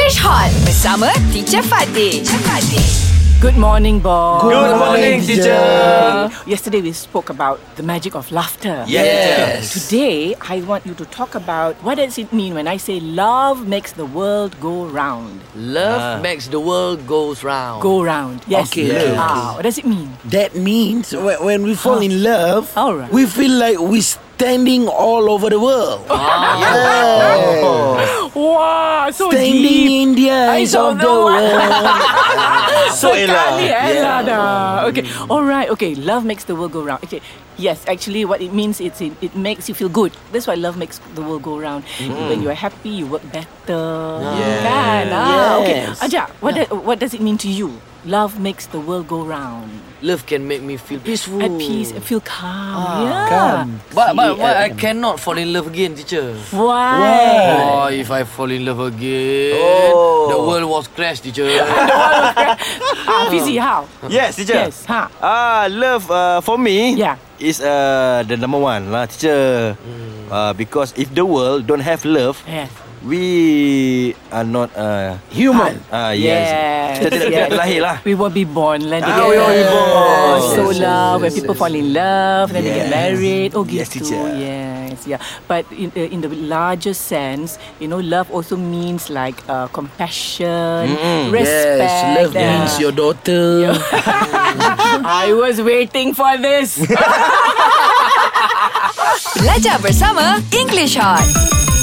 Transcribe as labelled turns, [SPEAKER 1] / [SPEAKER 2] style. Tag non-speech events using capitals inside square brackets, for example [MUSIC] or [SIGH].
[SPEAKER 1] Fresh Hot bersama Teacher Fatih. Teacher Fatih.
[SPEAKER 2] Good morning, boys.
[SPEAKER 3] Good morning, teacher.
[SPEAKER 2] Yesterday we spoke about the magic of laughter.
[SPEAKER 3] Yes.
[SPEAKER 2] Today I want you to talk about what does it mean when I say love makes the world go round.
[SPEAKER 4] Love makes the world goes round.
[SPEAKER 2] Go round. Yes.
[SPEAKER 3] Okay,
[SPEAKER 4] love.
[SPEAKER 2] Ah, what does it mean?
[SPEAKER 3] That means whe- when we fall in love,
[SPEAKER 2] All right.
[SPEAKER 3] we feel like we're standing all over the world. Yeah.
[SPEAKER 2] [LAUGHS] Wow,
[SPEAKER 3] Oh,
[SPEAKER 2] so
[SPEAKER 3] Standing
[SPEAKER 2] deep.
[SPEAKER 3] in the eyes
[SPEAKER 2] don't
[SPEAKER 3] of the
[SPEAKER 2] know what-
[SPEAKER 3] world. so
[SPEAKER 2] Sekali,
[SPEAKER 3] Ella,
[SPEAKER 2] eh,
[SPEAKER 3] yeah.
[SPEAKER 2] Lada. Okay. All right. Okay. Love makes the world go round. Okay. Yes. Actually, what it means it's it, it makes you feel good. That's why love makes the world go round. When you are happy, you work better.
[SPEAKER 3] Mm-hmm. Yes.
[SPEAKER 2] Kan? Ah, Okay.
[SPEAKER 3] Yes.
[SPEAKER 2] Aja, what do- what does it mean to you? Love makes the world go round.
[SPEAKER 4] Love can make me feel peaceful.
[SPEAKER 2] At peace, and feel calm. yeah.
[SPEAKER 3] Ah, calm.
[SPEAKER 4] But but, but I cannot fall in love again, teacher.
[SPEAKER 2] Why?
[SPEAKER 4] Oh, if I fall in love again, the world was crashed, teacher.
[SPEAKER 2] Ah, busy how?
[SPEAKER 5] Yes, teacher.
[SPEAKER 2] Yes. Huh.
[SPEAKER 5] Ah, love uh, for me
[SPEAKER 2] Yeah. Hmm.
[SPEAKER 5] is uh the number one lah, teacher. Uh, because if the world don't have love,
[SPEAKER 2] Yes.
[SPEAKER 5] we are not uh
[SPEAKER 3] Human.
[SPEAKER 5] ah yes.
[SPEAKER 2] Yes,
[SPEAKER 5] Kita
[SPEAKER 2] yes.
[SPEAKER 5] tidak tidak terlahir lah.
[SPEAKER 2] We won't be born lah
[SPEAKER 5] Ah, we won't be born.
[SPEAKER 2] So
[SPEAKER 3] Yes,
[SPEAKER 2] lah
[SPEAKER 3] yes,
[SPEAKER 2] When
[SPEAKER 3] yes,
[SPEAKER 2] people fall in love Then they get
[SPEAKER 3] Yes.
[SPEAKER 2] married Oh
[SPEAKER 3] Yes,
[SPEAKER 2] gitu
[SPEAKER 3] teacher.
[SPEAKER 2] Yes yeah. But in, uh, in the larger sense You know Love also means like uh, Compassion Respect
[SPEAKER 3] Mm-hmm. Yes, love
[SPEAKER 2] uh,
[SPEAKER 3] means your daughter.
[SPEAKER 2] [LAUGHS] I was waiting for this
[SPEAKER 1] Belajar bersama English Hot.